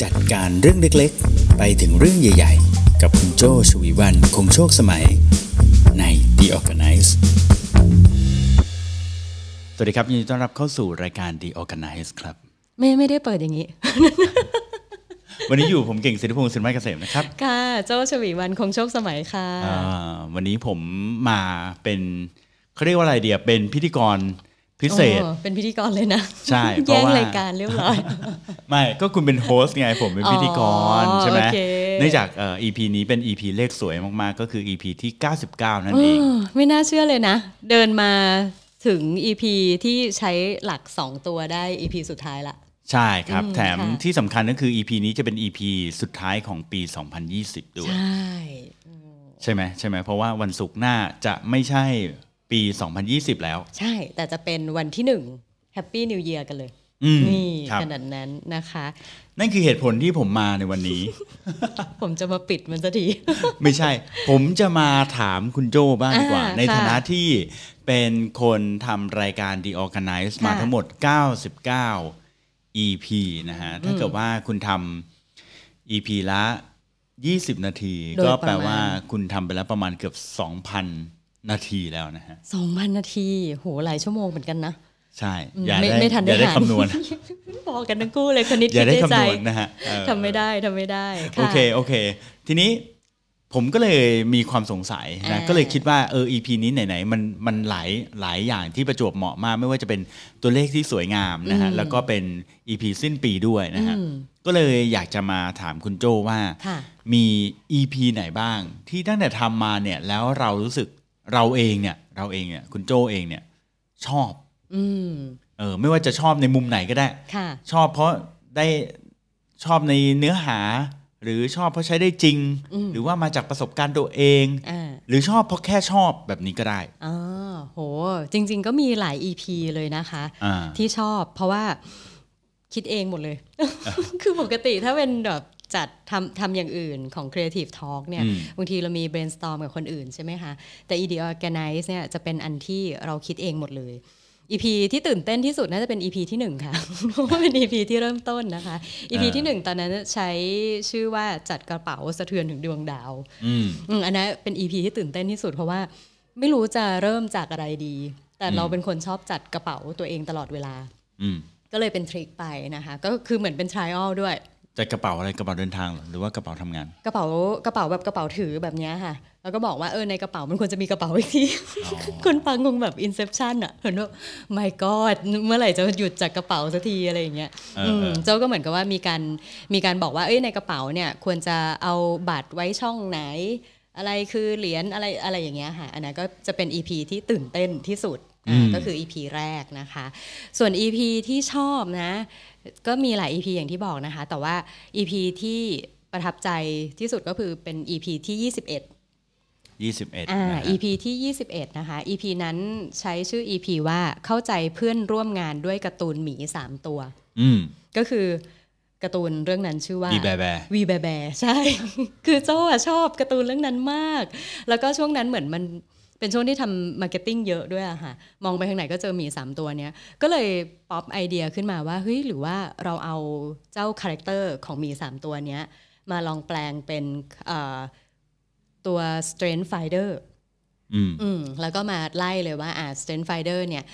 จัดการเรื่องเล็กๆ ไปถึงเรื่องใหญ่ๆ กับคุณโจชวีวันคงโชคสมัย ใน The Organize สวัสดีครับยินดีต้อนรับเข้าสู่รายการ The Organize ครับ ไม่ไม่ได้เปิดอย่างนี้ วันนี้อยู่ผมเก่งสิทธิพงศ์สินไม้เกษมนะครับ ค่ะ โจ้ชวีวันคงโชคสมัยค่ะ อ่าวันนี้ผมมาเป็นเขาเรียกว่าอะไรเดียเป็นพิธีกรพิเศษ โอ้เป็นพิธีกรเลยนะ ใช่ เพ แย่ ราะ ง ว่า รายการเรียบร้อย ไม่ก็คุณเป็นโฮสต์ไงผมเป็น อ๋อ พิธีกรใช่ไหม โอเค เนื่องจากเอ่อ EP นี้เป็น EP เลขสวยมากๆ ก็คือ EP ที่ 99 นั่นเอง เออไม่น่าเชื่อเลยนะ เดินมาถึง EP ที่ใช้หลัก 2 ตัวได้ EP สุดท้ายละ ใช่ครับ อืม แถม ค่ะ ที่สำคัญก็คือ EP นี้จะเป็น EP สุดท้ายของปี 2020 ด้วย ใช่ ใช่ไหมใช่ไหมเพราะว่าวันศุกร์หน้าจะไม่ใช่ปี 2020 แล้ว ใช่ แต่จะเป็นวันที่หนึ่งแฮปปี้นิวเยียร์กันเลย อืม นี่ ครับ ขนาดนั้นนะคะ นั่นคือเหตุผลที่ผมมาในวันนี้ ผมจะมาปิดมันสักที ไม่ใช่ ผมจะมาถามคุณโจ้บ้างดีกว่า อ่า ใน ค่ะ ฐานะที่เป็นคนทำรายการ The Organize ค่ะ มาทั้งหมด 99 EP นะฮะ ถ้าเกิดว่าคุณทำ EP ละ 20 นาที โดย ก็แปล ประมาณ ว่าคุณทำไปแล้วประมาณเกือบ 2,000 นาทีแล้วนะฮะ 2,000 นาที โหหลายชั่วโมงเหมือนกันนะ ใช่ อืม อย่า ไม่ ได้ ไม่ทัน อย่าได้ หาร คำนวณ บอกกันทั้งคู่เลยคนนิด อย่าได้ คิดใน คำ ใจ นวณนะฮะเออ ทำไม่ได้ทำไม่ได้ะ โอเค โอเค ทีนี้ผมก็เลยมีความสงสัยนะ อ่า ก็เลยคิดว่าเออ EP นี้ไหนๆมันมันหลายหลายอย่างที่ประจวบเหมาะมาก ไม่ว่าจะเป็นตัวเลขที่สวยงามนะฮะ แล้วก็เป็น EP สิ้นปีด้วยนะฮะ ก็เลยอยากจะมาถามคุณโจว่า ค่ะ มี EP ไหนบ้าง ที่ตั้งแต่ทำมาเนี่ย แล้วเรารู้สึกเราเองเนี่ย เราเองเนี่ย คุณโจเองเนี่ย ชอบ อืม เออ ไม่ว่าจะชอบในมุมไหนก็ได้ ค่ะ ชอบเพราะได้ชอบในเนื้อหา หรือชอบเพราะใช้ได้จริง หรือว่ามาจากประสบการณ์ตัวเอง อ่า หรือชอบเพราะแค่ชอบแบบนี้ก็ได้ อ๋อโห จริง ๆ ก็มีหลาย EP เลยนะคะ อ่า ที่ชอบเพราะว่าคิดเองหมดเลย คือปกติถ้าเป็นแบบจัดทำทำอย่างอื่นของ Creative Talk เนี่ย อืม บางทีเรามี brainstorm กับคนอื่นใช่ไหมคะ แต่ ED Organize เนี่ยจะเป็นอันที่เราคิดเองหมดเลย EP ที่ตื่นเต้นที่สุดน่าจะเป็น EP ที่หนึ่งค่ะ เพราะว่าเป็น EP ที่เริ่มต้นนะคะ EP ที่หนึ่งตอนนั้นใช้ชื่อว่าจัดกระเป๋าสะเทือนถึงดวงดาว อืม อืมอันนั้นเป็น EP ที่ตื่นเต้นที่สุดเพราะว่าไม่รู้จะเริ่มจากอะไรดี แต่เราเป็นคนชอบจัดกระเป๋าตัวเองตลอดเวลา อืม ก็เลยเป็นทริคไปนะคะ ก็คือเหมือนเป็น trial ด้วย จะกระเป๋าอะไรกระเป๋าเดินทางเหรอหรือว่ากระเป๋าทำงาน กระเป๋ากระเป๋าแบบกระเป๋าถือแบบเนี้ยค่ะ แล้วก็บอกว่าเออในกระเป๋ามันควรจะมีกระเป๋าอีกที คนฟังคงแบบ inception อะเห็นว่า my god เมื่อไหร่จะหยุดจากกระเป๋าสักทีอะไรอย่างเงี้ย เอออื ม เออ เจ้าก็เหมือนกับว่ามีการมีการบอกว่าเอ้ยในกระเป๋าเนี่ยควรจะเอาบัตรไว้ช่องไหน อะไรคือเหรียญอะไรอะไรอย่างเงี้ยค่ะ อันนั้นก็จะเป็น EP ที่ตื่นเต้นที่สุดอ่าก็คือ EP แรกนะคะ ส่วน EP ที่ชอบนะ ก็มีหลาย EP อย่างที่บอกนะคะ แต่ว่า EP ที่ประทับใจที่สุดก็คือเป็น EP ที่ 21 ยี่สิบเอ็ด อ่า นะฮะ EP ที่ 21 นะคะ EP นั้นใช้ชื่อ EP ว่าเข้าใจเพื่อนร่วมงานด้วยการ์ตูนหมี 3 ตัว อืม ก็คือการ์ตูนเรื่องนั้นชื่อว่า ดีแบร์แบร์ วีแบร์แบร์ใช่ คือโจ้อะชอบการ์ตูนเรื่องนั้นมาก แล้วก็ช่วงนั้นเหมือนมันเป็นช่วงที่ทำมาร์เก็ตติ้งเยอะด้วยอะค่ะ มองไปทางไหนก็เจอหมี 3 ตัวเนี้ย ก็เลยป๊อปไอเดียขึ้นมาว่า เฮ้ย หรือว่าเราเอาเจ้าคาแรคเตอร์ของหมี 3 ตัวเนี้ย มาลองแปลงเป็นเอ่อตัว strength finder อืม อืมแล้วก็มาไล่เลยว่าอ่า strength finder เนี่ย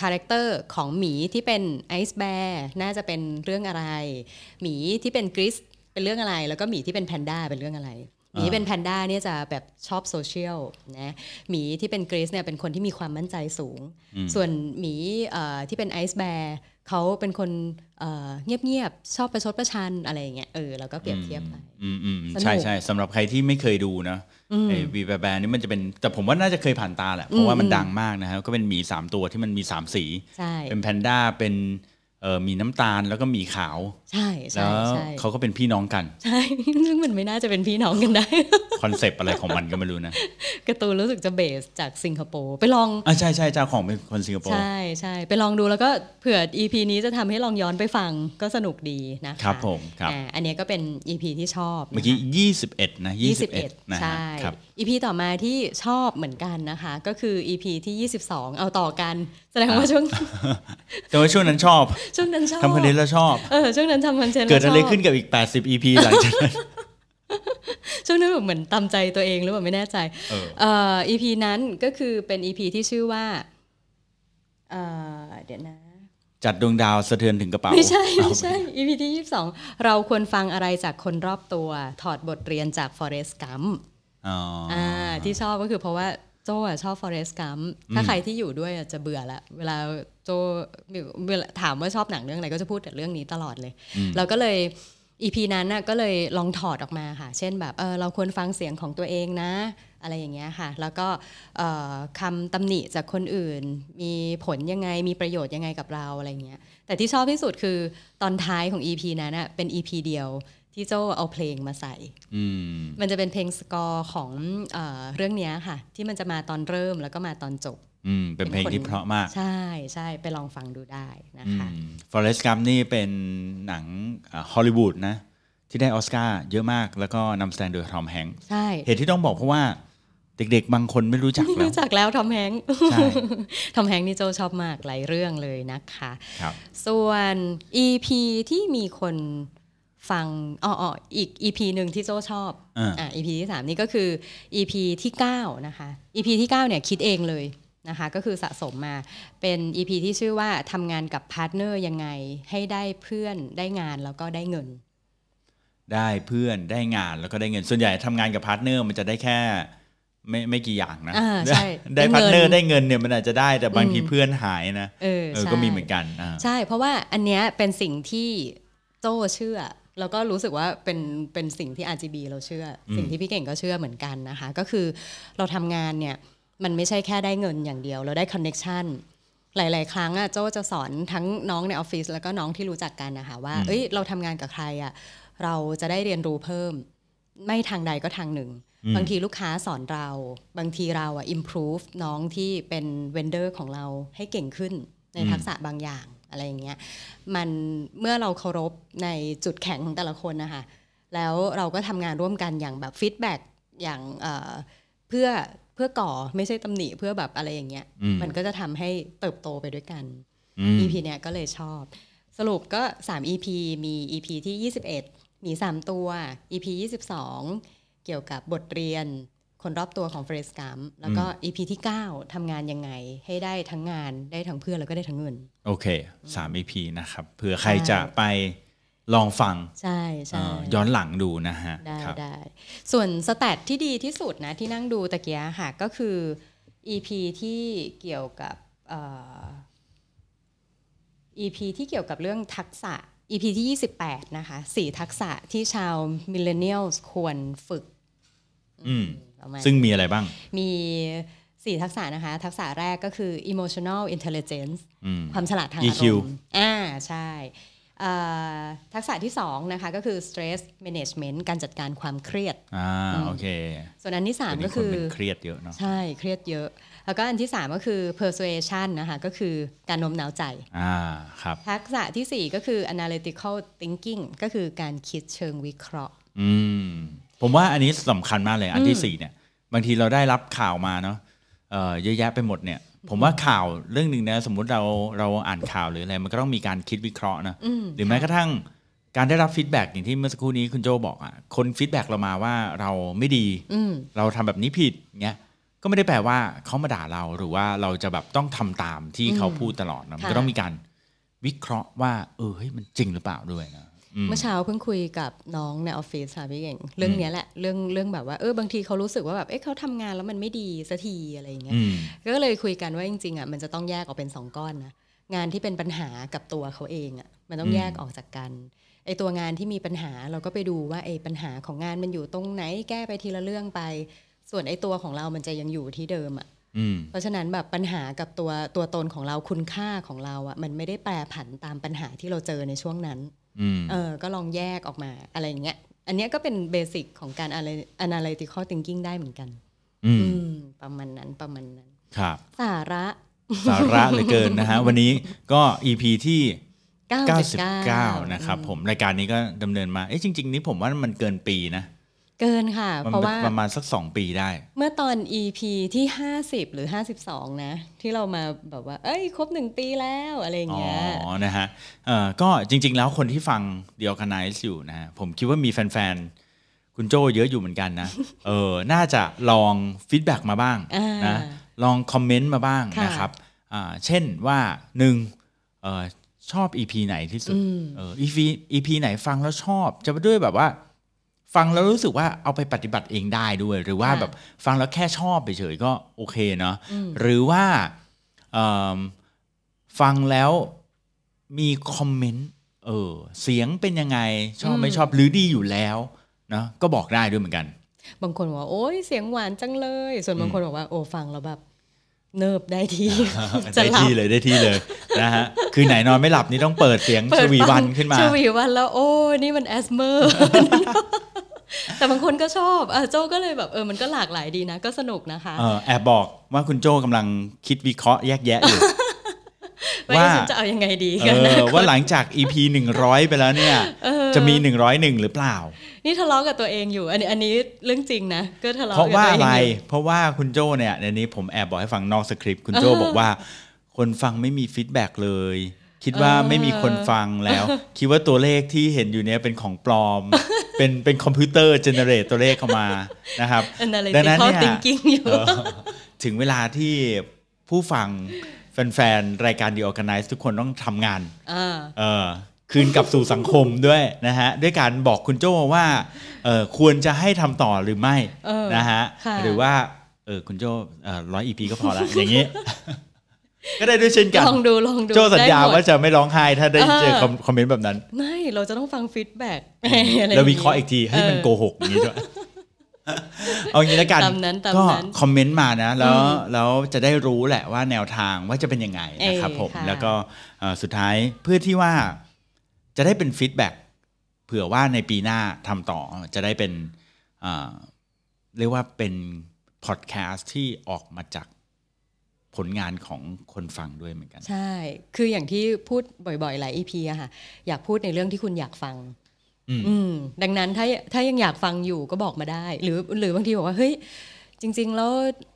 คาแรคเตอร์ของหมีที่เป็นไอซ์แบร์น่าจะเป็นเรื่องอะไร หมีที่เป็นกริสเป็นเรื่องอะไร แล้วก็หมีที่เป็นแพนด้าเป็นเรื่องอะไร หมีเป็นแพนด้าเนี่ยจะแบบชอบโซเชียลนะหมีที่เป็นกริสเนี่ยเป็นคนที่มีความมั่นใจสูง ส่วนหมีเอ่อที่เป็นไอซ์แบร์เขาเป็นคนเอ่อเงียบๆ ชอบประชดประชันอะไรอย่างเงี้ยเออแล้วก็เปรียบเทียบไป อืมอืมอืม สนุก ใช่ใช่สำหรับใครที่ไม่เคยดูนะไอ้วีแบร์แบร์นี่มันจะเป็นแต่ผมว่าน่าจะเคยผ่านตาแหละ เพราะว่ามันดังมากนะครับก็เป็นหมีสามตัวที่มันมีสามสี ใช่ เป็นแพนด้าเป็นเอ่อหมีน้ำตาลแล้วก็หมีขาว ใช่ แล้ ใช่ ว ใช่ เขาก็เป็นพี่น้องกัน ใช่ ซึ่งมันไม่น่าจะเป็นพี่น้องกันได้ คอนเซปต์อะไรของมันก็ไม่รู้นะ การ์ตูนรู้สึกจะเบสจากสิงคโปร์ไปลอง อ่ะใช่ใช่เจ้าของเป็นคนสิงคโปร์ ใช่ใช่ไปลองดูแล้วก็เผื่อ EP นี้จะทำให้ลองย้อนไปฟังก็สนุกดีนะคะ ครับผมครับ อ่าอันเนี้ยก็เป็น EP ที่ชอบนะคะ เมื่อกี้ 21 นะ 21 นะฮะ ใช่ ครับ EP ต่อมาที่ชอบเหมือนกันนะคะ ก็คือ EP ที่ 22 เอาต่อกัน แสดงว่าช่วง แต่ว่าช่วงนั้นชอบ ช่วงนั้นชอบ ทำคอนเทนต์แล้วชอบ เออช่วงนั้นทำคอนเทนต์ เกิดอะไร แล้วชบ ขึ้นกับอีก 80 EP หลังจากนั้น ช่วงนั้นแบบเหมือนตามใจตัวเองหรือแบบไม่แน่ใจ เออ เอ่อ EP นั้นก็คือเป็น EP ที่ชื่อว่าเอ่อเดี๋ยวนะ จัดดวงดาวสะเทือนถึงกระเป๋า ไม่ใช่ไม่ใช่ EP ที่ 22 เราควรฟังอะไรจากคนรอบตัว ถอดบทเรียนจาก Forest Gump อ๋ออ อ่าที่ชอบก็คือเพราะว่าโจอะชอบ Forest Gump ถ้าใครที่อยู่ด้วยอะจะเบื่อละเวลาโจมีเวลาถามว่าชอบหนังเรื่องอะไรก็จะพูดแต่เรื่องนี้ตลอดเลย เราก็เลยอีพีนั้นน่ะก็เลยลองถอดออกมาค่ะ เช่นแบบเออเราควรฟังเสียงของตัวเองนะ อะไรอย่างเงี้ยค่ะ แล้วก็เอ่อคำตำหนิจากคนอื่น มีผลยังไงมีประโยชน์ยังไงกับเราอะไรเงี้ยแต่ที่ชอบที่สุดคือตอนท้ายของ EP นั้นน่ะเป็น EP เดียวที่โจเอาเพลงมาใส่ อืม มันจะเป็นเพลงสกอร์ของเออเรื่องเนี้ยค่ะ ที่มันจะมาตอนเริ่มแล้วก็มาตอนจบ อืม เป็นเพลงที่เพราะมาก ใช่ใช่ไปลองฟังดูได้นะคะ ฟอเรสต์กัมนี่เป็นหนังฮอลลีวูดนะ ที่ได้ออสการ์เยอะมาก แล้วก็นำแสดงโดยทอมแฮงค์ ใช่ เหตุที่ต้องบอกเพราะว่าเด็กๆ บางคนไม่รู้จัก ไม่ แล้ว รู้จักแล้วทอมแฮงค์ ใช่ ทอมแฮงค์นี่โจชอบมากหลายเรื่องเลยนะคะ ครับ ส่วน EP ที่มีคนฟังอ๋ออออีก EP หนึ่งที่โจชอบ อ่า อ่า EP ที่ 3 นี่ก็คือ EP ที่ 9 นะคะ EP ที่ 9 เนี่ยคิดเองเลยนะคะ ก็คือสะสมมาเป็น EP ที่ชื่อว่าทำงานกับพาร์ทเนอร์ยังไง ให้ได้เพื่อนได้งานแล้วก็ได้เงิน ได้เพื่อนได้งานแล้วก็ได้เงิน ส่วนใหญ่ทำงานกับพาร์ทเนอร์มันจะได้แค่ไม่ไม่กี่อย่างนะ อ่าใช่ ได้ได้ ได้เงิน พาร์ทเนอร์ได้เงินเนี่ยมันอาจจะได้แต่บางที อืม เพื่อนหายนะ เออ เออ ใช่ ก็มีเหมือนกันอ่า ใช่ เพราะว่าอันเนี้ยเป็นสิ่งที่โจ้เชื่อ แล้วก็รู้สึกว่าเป็นเป็นสิ่งที่ RGB เราเชื่ออ ม สิ่งที่พี่เก่งก็เชื่อเหมือนกันนะคะ ก็คือเราทำงานเนี่ยมันไม่ใช่แค่ได้เงินอย่างเดียว เราได้คอนเน็ชันหลาย ๆ ครั้งอะโจ้จะสอนทั้งน้องในออฟฟิศแล้วก็น้องที่รู้จักกันนะคะว่าเอ้ยเราทำงานกับใครอะเราจะได้เรียนรู้เพิ่ม ไม่ทางใดก็ทางหนึ่ง บางทีลูกค้าสอนเรา บางทีเราอะ improve น้องที่เป็นเวนเดอร์ของเราให้เก่งขึ้นในทักษะบางอย่างอะไรอย่างเงี้ย มันเมื่อเราเคารพในจุดแข็งของแต่ละคนนะคะ แล้วเราก็ทำงานร่วมกันอย่างแบบฟีดแบ็กอย่างเอ่อเพื่อเพื่อก่อไม่ใช่ตำหนิเพื่อแบบอะไรอย่างเงี้ย อืม มันก็จะทำให้เติบโตไปด้วยกัน อืม EP เนี้ยก็เลยชอบ สรุปก็ 3 EP มี EP ที่ 21 มี 3 ตัว EP 22 เกี่ยวกับบทเรียน คนรอบตัวของเฟรสกัมแล้วก็ EP ที่ 9ทำงานยังไง ให้ได้ทั้งงานได้ทั้งเพื่อนแล้วก็ได้ทั้งเงิน โอเคสาม EP นะครับเผื่อใครจะไปลองฟัง ใช่ใช่ เอ่อย้อนหลังดูนะฮะ ได้ ครับ ได้ ส่วนสแตทที่ดีที่สุดนะที่นั่งดูตะเกียค่ะก็คือ EP ที่เกี่ยวกับเอ่อ EP ที่เกี่ยวกับเรื่องทักษะ EP ที่ 28 นะคะสี่ทักษะที่ชาวมิลเลนเนียลควรฝึก อืม ประมาณ ซึ่งมีอะไรบ้าง มีสี่ทักษะนะคะ ทักษะแรกก็คือ emotional intelligence อืม ความฉลาดทาง EQ อารมณ์อ่าใช่เอ่อทักษะที่สองนะคะก็คือ stress management การจัดการความเครียด อ่าโอเค ส่วนอันที่สาม วันนี้ ก็ คน คือ เป็นเครียดเยอะเนาะ ใช่เครียดเยอะ แล้วก็อันที่สามก็คือ persuasion นะคะก็คือการโน้มน้าวใจ อ่าครับ ทักษะที่สี่ก็คือ analytical thinking ก็คือการคิดเชิงวิเคราะห์ อืมผมว่าอันนี้สำคัญมากเลยอันที่สี่เนี่ยบางทีเราได้รับข่าวมาเนาะเอ่อเยอะแยะไปหมดเนี่ย ผมว่าข่าวเรื่องหนึ่งนะสมมุติเราเราอ่านข่าวหรืออะไรมันก็ต้องมีการคิดวิเคราะห์นะหรือแม้กระทั่งการได้รับฟีดแบ็กอย่างที่เมื่อสักครู่นี้คุณโจบอกอ่ะคนฟีดแบ็กเรามาว่าเราไม่ดี อืม เราทำแบบนี้ผิดเงี้ยก็ไม่ได้แปลว่าเขามาด่าเราหรือว่าเราจะแบบต้องทำตามที่เขาพูดตลอดนะมันก็ ค่ะ ต้องมีการวิเคราะห์ว่า เออเฮ้ยมันจริงหรือเปล่าด้วยนะอืม เมื่อเช้าเพิ่งคุยกับน้องในออฟฟิศค่ะพี่เก่งเรื่องเนี้ยแหละเรื่องเรื่องแบบว่าเออบางทีเขารู้สึกว่าแบบเอ๊ะเขาทำงานแล้วมันไม่ดีสักทีอะไรอย่างเงี้ย อืม ก็เลยคุยกันว่าจริงๆอ่ะมันจะต้องแยกออกเป็นสองก้อนนะงานที่เป็นปัญหากับตัวเขาเองอ่ะมันต้องแยกออกจากกันไอตัวงานที่มีปัญหาเราก็ไปดูว่าไอปัญหาของงานมันอยู่ตรงไหนแก้ไปทีละเรื่องไป ส่วนไอตัวของเรามันจะยังอยู่ที่เดิมอ่ะ อืม เพราะฉะนั้นแบบปัญหากับตัวตัวตนของเราคุณค่าของเราอ่ะมันไม่ได้แปรผันตามปัญหาที่เราเจอในช่วงนั้น อืม เออ ก็ลองแยกออกมาอะไรอย่างเงี้ยอันเนี้ยก็เป็นเบสิกของการอะไร analytical thinking ได้เหมือนกัน อืม อืมประมาณนั้นประมาณนั้น ครับ สาระ สาระเหลือเกินนะฮะ วันนี้ก็ EP ที่ 99 99 นะครับผม รายการนี้ก็ดำเนินมา เอ๊ะจริง ๆ นี้ผมว่ามันเกินปีนะ เกินค่ะ มัน เพราะว่า ประมาณสัก 2 ปีได้ เมื่อตอน EP ที่ 50 หรือ 52 นะ ที่เรามาแบบว่า เอ้ย ครบหนึ่งปีแล้วอะไรอย่าง อ๋อ เงี้ย นะฮะเอ่อก็จริง ๆ แล้วคนที่ฟังเดียวกันไนซ์อยู่นะฮะผมคิดว่ามีแฟนๆ คุณโจเยอะอยู่เหมือนกันนะ เออ น่าจะลองฟีดแบ็กมาบ้าง อ่าน นะ ลองคอมเมนต์มาบ้างนะครับอ่าเช่นว่าหนึ่งเอ่อชอบ EP ไหนที่สุดเออ EP EP ไหนฟังแล้วชอบ จะด้วยแบบว่า ฟังแล้วรู้สึกว่าเอาไปปฏิบัติเองได้ด้วย หรือว่า ค่ะ แบบฟังแล้วแค่ชอบเฉยๆก็โอเคเนาะหรือว่าเอิ่มฟังแล้วมีคอมเมนต์เออเสียงเป็นยังไงชอบไม่ อืม ชอบหรือดีอยู่แล้วเนาะก็บอกได้ด้วยเหมือนกัน บางคนบอกว่า โอ้ยเสียงหวานจังเลย ส่วนบางคนบอกว่า โอ้ฟังแล้วแบบ เนิบได้ที่ จะ ได้ หลับ ที่เลยได้ที่เลยนะฮะคือไหนนอนไม่หลับนี่ต้องเปิดเสียง เปิ ช ด วีวัน ฟัง ขึ้นมา ชวีวันแล้ว โอ้ นี่มันแอสเมอร์ แต่บางคนก็ชอบอ่ะโจก็เลยแบบเออมันก็หลากหลายดีนะ ก็สนุกนะคะ เออแอบบอกว่าคุณโจกำลังคิดวิเคราะห์แยกแยะอยู่ ว่า ว่า ฉันจะเอายังไงดี เอ กันนะ อว่าหลังจาก EP 100 ไปแล้วเนี่ย จะมี 101 หรือเปล่า นี่ทะเลาะกับตัวเองอยู่ อันนี้อันนี้เรื่องจริงนะ ก็ทะเลาะ เพราะ กับ ว่า ตัวเอ อะ ง ไร อยู่ เพราะว่าคุณโจเนี่ยในนี้ผมแอบบอกให้ฟังนอกสคริปต์คุณโจ อ่า บอกว่า คนฟังไม่มีฟีดแบ็กเลย คิดว่า เออ ไม่มีคนฟังแล้ว คิดว่าตัวเลขที่เห็นอยู่เนี่ยเป็นของปลอ ม เป็นเป็นคอมพิวเตอร์เจเนเรตตัวเลขเข้ามานะครับ ดังนั้น analytical เนี่ย thinking อยู่ เออถึงเวลาที่ผู้ฟังแฟนๆ รายการ The Organize ทุกคนต้องทำงาน อ่า เออคืนกลับสู่สังคมด้วยนะฮะ ด้วยการบอกคุณโจ้ว่าเออควรจะให้ทำต่อหรือไม่ เออ นะฮะ ค่ะ หรือว่าเออคุณโจ้ร้อยอีพีก็พอละ อย่างนี้ ก็ได้ด้วยเช่นกัน ลองดูลองดู โจ้สัญญา ได้หมด ว่าจะไม่ร้องไห้ถ้าได้เจอ เออ คอมคอมเมนต์แบบนั้น ไม่เราจะต้องฟังฟีดแบ็ก แล้ววิเคราะห์อีกทีให้ยมัน เออ โกหกอย่างนี้ ด้วย เอางี้แล้วกัน ตามนั้นตาม ก็ นั้น คอมเมนต์มานะ แล้วแล้วจะได้รู้แหละว่าแนวทางว่าจะเป็นยังไงนะครับ เอ่ย ผม ค่ะ แล้วก็เอ่อสุดท้ายเพื่อที่ว่าจะได้เป็นฟีดแบ็กเผื่อว่าในปีหน้าทำต่อจะได้เป็นเอ่อเรียกว่าเป็นพอดแคสต์ที่ออกมาจากผลงานของคนฟังด้วยเหมือนกัน ใช่ คืออย่างที่พูดบ่อยๆ หลาย EP อะค่ะ อยากพูดในเรื่องที่คุณอยากฟัง อืม อืม ดังนั้นถ้าถ้ายังอยากฟังอยู่ก็บอกมาได้ หรือหรือบางทีบอกว่า เฮ้ย จริง ๆ แล้ว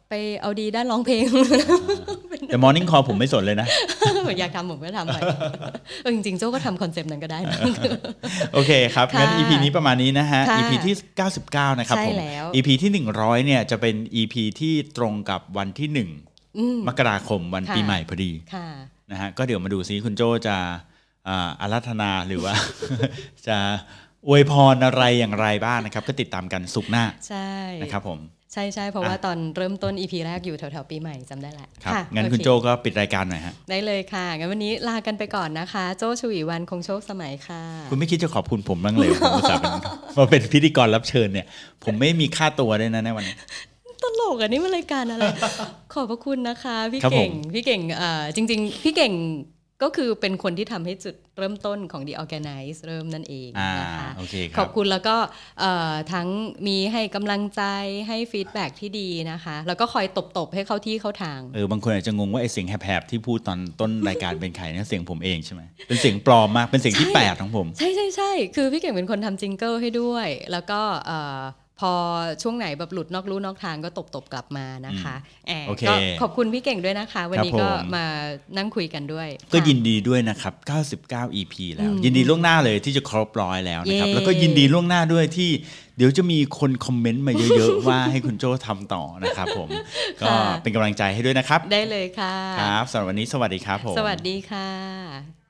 ไปเอาดีด้านร้องเพลง แต่มอร์นิ่งคอผมไม่สนเลยนะ อยากทำผมก็ทำไป เออจริงๆ โจ้ก็ทำคอนเซปต์นั้นก็ได้นะ โอเคครับงั้น ค่ะ EP นี้ประมาณนี้นะฮะ ค่ะ EP ที่ 99 นะครับ ใช่ ผม แล้ว EP ที่ 100 เนี่ยจะเป็น EP ที่ตรงกับวันที่ อืม 1 มกราคมวัน ค่ะ ปีใหม่พอดี ค่ะ นะฮะก็เดี๋ยวมาดูซิคุณโจจะอ่าอารัธนาหรือว่า จะอวยพรอะไรอย่างไรบ้างนะครับ ก็ติดตามกันสุกร์หน้า ใช่ นะครับผม ใช่ใช่เพราะ อ่ะ ว่าตอนเริ่มต้น EP แรกอยู่แถวๆ ปีใหม่จำได้แหละ ครับ ะ งั้น โอเ คุณโจก็ปิดรายการหน่อยฮะ ได้เลยค่ะ งั้นวันนี้ลากันไปก่อนนะคะ โจชวีวันคงโชคสมัยค่ะ คุณไม่คิดจะขอบคุณผมบ้างเลย ผมอุตส่าห์เป็นมาเป็นพิธีกรรับเชิญเนี่ย ผมไม่มีค่าตัวด้วยนะในวันนี้ ตลกอ่ะนี่มันรายการอะไร ขอบพระคุณนะคะ พี่ ครับผ เก่ง ม พี่เก่งเอ่อจริง ๆ พี่เก่งก็คือเป็นคนที่ทำให้จุดเริ่มต้นของ The Organize เริ่มนั่นเอง อ่า นะคะ โอเคค ข รั อ บบ คุณแล้วก็เอ่อทั้งมีให้กำลังใจให้ฟีดแบ็กที่ดีนะคะ แล้วก็คอยตบๆ ให้เข้าที่เข้าทาง เออบางคนอาจจะงงว่าไอ้เสียงแหบๆที่พูดตอนต้นรายการเป็นใครเนี่ยเสียงผมเองใช่ไหมเป็นเสียงปลอมมากเป็นเสียงที่ ใช่ แปดของผม ใช่ใช่ใช่คือพี่เก่งเป็นคนทำจิงเกิลให้ด้วย แล้วก็เอ่อพอช่วงไหนแบบหลุดนอกลู่นอกทางก็ตบตบๆกลับมานะคะแอบ โอเค ก็ขอบคุณพี่เก่งด้วยนะคะ วันนี้ ครับผม ก็มานั่งคุยกันด้วย ก็ ค่ะ ยินดีด้วยนะครับ 99 EP แล้ว อืม ยินดีล่วงหน้าเลยที่จะครบร้อยแล้วนะครับ เย้ แล้วก็ยินดีล่วงหน้าด้วยที่เดี๋ยวจะมีคนคอมเมนต์มาเยอะๆ ว่าให้คุณโจทำต่อนะครับผมก็เป็นกำลังใจให้ด้วยนะครับ ได้เลยค่ะ ครับสำหรับวันนี้สวัสดีครับผม สวัสดีค่ะ